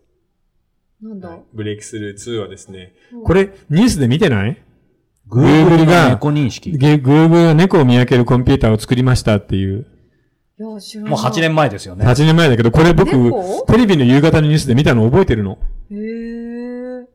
なんだ、
ブレイクスルー2はですね、
うん
これ、ニュースで見てない
Google
Google が
が猫認識。
げ ?Google が猫を見分けるコンピューターを作りましたっていう、
いや、知らない。
もう8年前ですよね。
8年前だけど、これ僕、
猫
テレビの夕方のニュースで見たの覚えてるの。
へえ。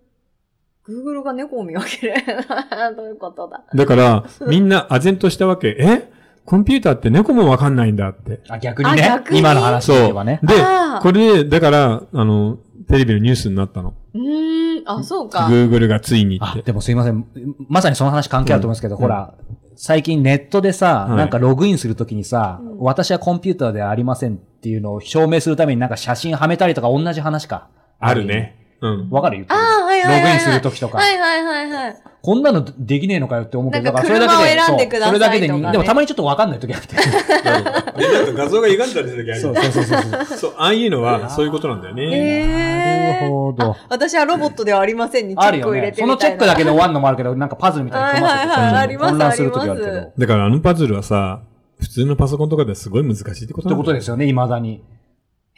Google が猫を見分ける。 どういうことだ。
だから、みんな唖然としたわけ。えコンピューターって猫もわかんないんだって。
あ、逆に
あ
ね
逆。に
今の話で言えばね。
で
あー、
これで、だから、あの、テレビのニュースになったの。
うーん。あ、そうか。
Google がついにっ
あ
て、。
でもすいません。まさにその話関係あると思うんですけど、
うん
ほら、最近ネットでさ、
はい
なんかログインするときにさ、
うん
私はコンピューターではありませんっていうのを証明するためになんか写真はめたりとか同じ話か。
ある。ね。うん。
わかる言って
あ
る
あ、はいはいはい、
ロ
は
グ
い。
インするときとか、
はいはいはいはい。
こんなのできねえのかよって思うけど、
なんか
だら
車を選んで
そう
ください
それだけで人
とかね
でもたまにちょっとわかんないときあって。
で、なんか画像が歪んだりする時ある
そうそうそうそう。
そう、ああいうのは、そういうことなんだよね。
えー
なるほ ど。
私はロボットではありませんにチェ
ある
ック
よ
を入
ね
れ。て
そ
みたいな。
のチェックだけで終わんのもあるけど、なんかパズルみたいに組ませて
はいはいはいあ
ち
り
ょっと
ます
混乱するときあるけ
ありま
ど。
だからあのパズルはさ、普通のパソコンとかではすごい難しいってことな
って
ん
こ
だ
と
よ
ですよね、未だに。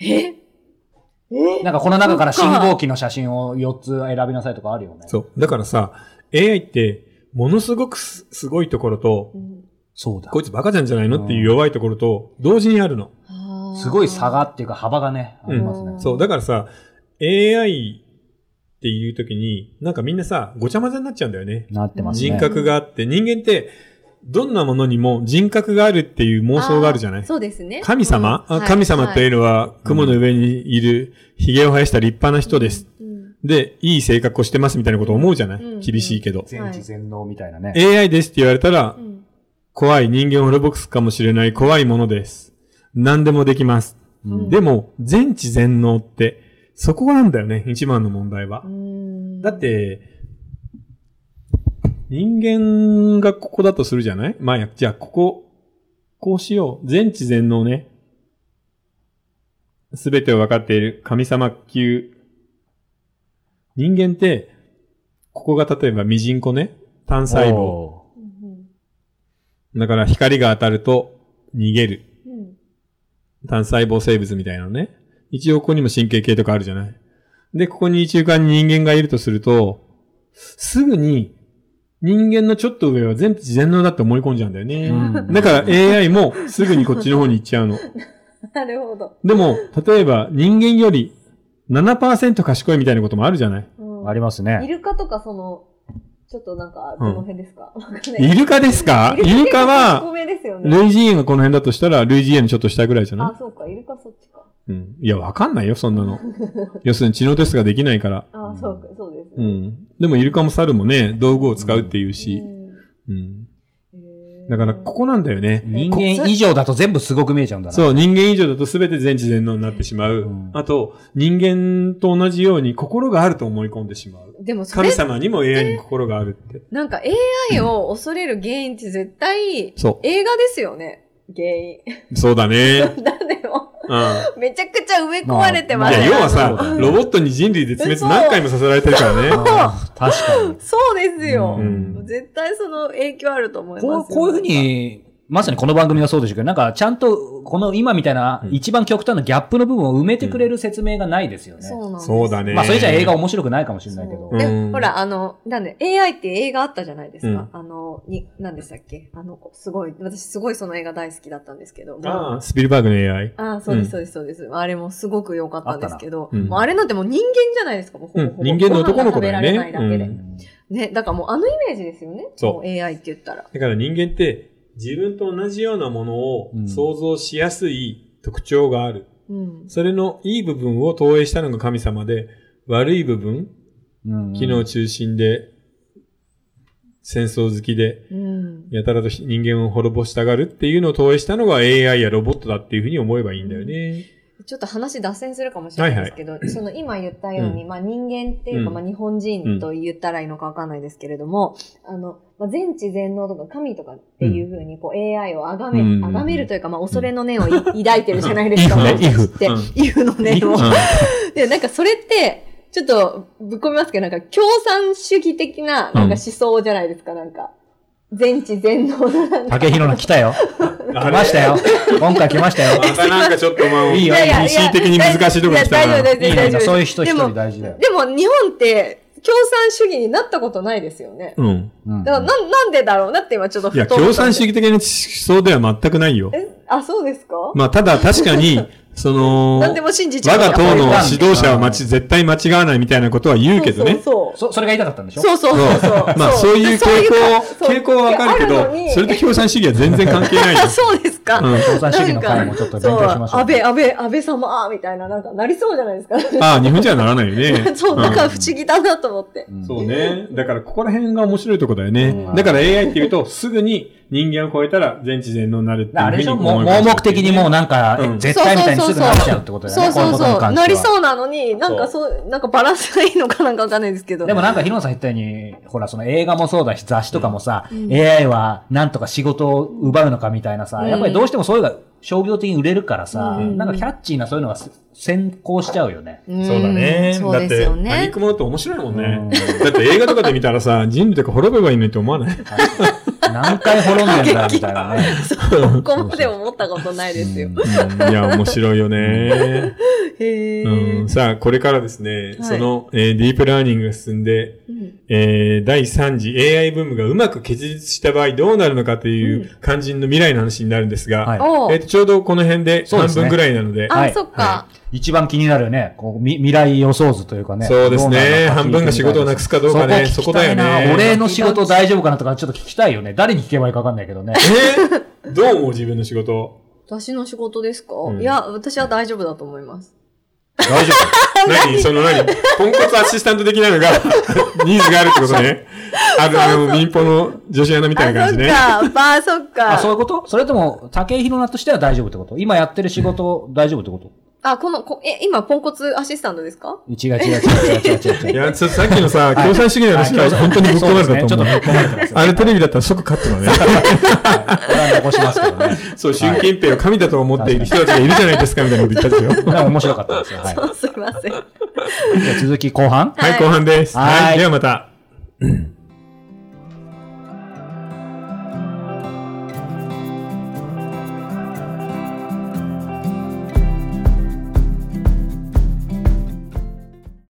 ええ
なんかこの中から信号機の写真を4つ選びなさいとかあるよね。
そう。だからさ、AI って、ものすごくすすごいところと、
うん
そうだ
こいつバカじゃんじゃないのっていう弱いところと、同時にあるの。
あー
すごい差がっていうか幅がね、ありますね。
うん
そう、だからさ、AI っていう時に、なんかみんなさ、ごちゃ混ぜになっちゃうんだよね。
なってますね。
人格があって、人間って、どんなものにも人格があるっていう妄想があるじゃない
そうですね。
神様、
うん
あ神様というのは、雲の上にいる、髭を生やした立派な人です。。で、いい性格をしてますみたいなことを思うじゃない、
うん
厳しいけど、
全知全能みたいなね。
AI ですって言われたら、
はいうん
怖い人間を滅ぼすかもしれない怖いものです。何でもできます。
うん
でも、全知全能って、そこなんだよね、一番の問題は
う。ん
だっ、て、人間がここだとするじゃないまあ、じゃあ、ここ、こうしよう。全知全能ね。すべてを分かっている神様級。人間って、ここが例えばミジンコね。単細胞。
お
うん
だから光が当たると逃げる。
うん
単細胞生物みたいなのね。一応ここにも神経系とかあるじゃない。で、ここに中間に人間がいるとすると、すぐに人間のちょっと上は全部自然能だって思い込んじゃうんだよね。
ー。うん
だから AI もすぐにこっちの方に行っちゃ うの。
なるほど。
でも、例えば人間より7%賢いみたいなこともあるじゃない。
うん
あります
イ
ね。
ルカとかその、ちょっとなんか、どの辺ですか、わかんない
イルカですかイルカ
結構
は、
高めですよね。
類人猿がこの辺だとしたら、類人猿のちょっと下ぐらいじゃ
あ
な、
そうか、イルカそっちか。
いうん。いや、わかんないよ、そんなの。要するに知能テストができないから。
あ
うん
そうか、そうです
う
ね。
ん。でもイルカも猿もね、道具を使うっていうし。うん。
うん
だから、ここなんだよね。
人間以上だと全部すごく見えちゃうんだな。
そう、人間以上だと全て全知全能になってしまう。
うん
あと、人間と同じように心があると思い込んでしまう。
でもそ
神
れ、
様にも AI にも心があるって。
なんか AI を恐れる原因って絶対、
そ
映画ですよね。原
う。そうだね。
因。だでも、
うん。いや、
めちゃくちゃ植え込まれてま
あ
す
い
よ
要は
そうだ
さ、
ね
ロボットに人類絶滅
嘘
何回もさせられてるからね。
あー確かに。
そうですよ、
うん
絶対その影響あると思い
こ
ま
う
すよ
こういうふう、に、まさにこの番組はそうでしょうけど、なんかちゃんと、この今みたいな
うん
一番極端なギャップの部分を埋めてくれる説明がないですよね。
そうなんです
そうだね。
まあそれじゃ映画面白くないかもしれないけど
そう。で
うん
ほら、あの、なんで、AI って映画あったじゃないですか。
う
あの、に、何でしたっけあの、すごい、私すごいその映画大好きだったんですけど、もう
ああ、スピルバーグの AI。
ああ、そうで
うん
す、そうです、そうです。あれもすごく良かったんですけど、
なうん
もうあれなんてもう人間じゃないですか、もうほぼほぼ
うん人間の男の子だよね
ご飯が食べら
う
れないだけで。
ん
ね、だからもうあのイメージですよね。
そう
も AI って言ったら。
だから人間って自分と同じようなものを
うん
想像しやすい特徴がある。
うん。
それのいい部分を投影したのが神様で、悪い部分、
うん
機能中心で、戦争好きで、
うん。
やたらと人間を滅ぼしたがるっていうのを投影したのが AI やロボットだっていうふうに思えばいいんだよね。
ちょっと話脱線するかもしれないですけど、その今言ったように、まあ人間っていうか、
うん
まあ日本人と言ったらいいのかわかんないですけれども、あの、まあ、全知全能とか神とかっていうふうに、こう AI を崇め、
うん
崇めるというか、まあ恐れの念をい抱いてるじゃないですか、
うん
私たちって
うん。
イフの
うん
念を。で、なんかそれって、ちょっとぶっ込みますけど、なんか共産主義的な、なんか思想じゃないですか、なんか。全知全能のなん か。
竹広の来たよ。
あ
来
れ
ましたよ。今回来まし たよ。
またなんかちょっとまあ、
いいよ
いやいやいや
民主的に難しいところ来た
いや
な。
大丈夫
いい
大丈
ね。
夫
そういう人一
で
人
も
大事だよ。
でも日本って共産主義になったことないですよね。
うん。
うん
だからなんなんでだろうなって今ちょっと
い
ふ
や、
と
共産主義的な思想では全くないよ。
え、あ、そうですか、
まあ、ただ確かに、その、
何でも信じちゃ
我
うから。
が党の指導者はまち絶対間違わないみたいなことは言うけどね。
そう
そ、それが言いたかったんでしょ
そうそうそうそうそうそう。
まあそういう傾向、傾向はわかるけ
あのに
ど、それと共産主義は全然関係ないよ
あ。そうですか。
うん
共産主義の
な
会
ん
も
か
ちょっと勉強しましょう。
そう安倍、安倍、安倍様、みたいな、なんか、なりそうじゃないですか。
ああ、日本人はならないよ ね。
そう、
ん
だから不思議だなと思って。
うん
そうね。だからここら辺が面白いとこだよね
う。ん
だから AI っていうと、すぐに人間を超えたら全知全能になるっていう
あれでし
ふう
ょ
に
もう
思い
盲
ます
目的にもうなんか、
うん
絶対みたいにすぐなっちゃうってことだよ
そ
ね。
うそう
こいことに
そう。
関して
な
は
りそうなのに、なんかそう、なんかバランスがいいのかなんかわかんないですけど。
でもなんか、ヒロさん言ったように、ほら、その映画もそうだし、雑誌とかもさ、
うん
AI はなんとか仕事を奪うのかみたいなさ、
うん
やっぱりどうしてもそういうのが商業的に売れるからさ、
うん
なんかキャッチーなそういうのがす先行しちゃうよね。
うん
そうだね。
そうですよ
だって、パニッ
ね。
クものって面白いもんね。
う
だって映画とかで見たらさ、人類とか滅べばいいのにって思わない
ん何回滅んでんだみたいなね。
そこまで思ったことないですよ。
いや、面白いよ ね。
へえ。
うん、さあ、これからですね、
はい
その、えーディープラーニングが進んで、
うん
えー、第3次 AI ブームがうまく結実した場合どうなるのかという肝心の未来の話になるんですが、
はい
おう
えーとちょうどこの辺で
そうで
半
すね
分ぐらいなので、
あ、
はい
そっか。
一番気になるね、こうみ未来予想図というかね。
そうですね
どなるのか
半分が仕事をなくすかどうかね
そこ聞きたいな
そこだよね
俺の仕事大丈夫かなとかちょっと聞きたいよね。誰に聞けばいいかわかんないけどね。
えーどう思う自分の仕事。
私の仕事ですか、
うん
いや、私は大丈夫だと思います。
大丈
何その何ポンコツアシスタント的な のがニーズがあるってことね。あるあの、民放の女子アナみたいな
あ、
感
そ
じ
っ
ね。
か。まあ、そっ
夫。あ、
か
そう。いうことそれとも、竹井宏奈としては大丈夫ってこと今やってる仕事大丈夫ってこと
あ、この、こえ、今、ポンコツアシスタントですか
違う違う違う違う違う違う
いや、ちょっとさっきのさ、共産主義の話から本当にぶっ込まれたと
そう
思
ですねちょっとぶっ
う。
込まれてますよ。
あれテレビだったら即カットだね。
これは残しますけどね。
そう、習近平を神だと思っている人たちがいるじゃないですか、みたいなこと言ったんですよ。
これは面白かったですよ。 はい。
すいません。
じゃあ続き後半
はい、後半です。
はい
はい、ではまた。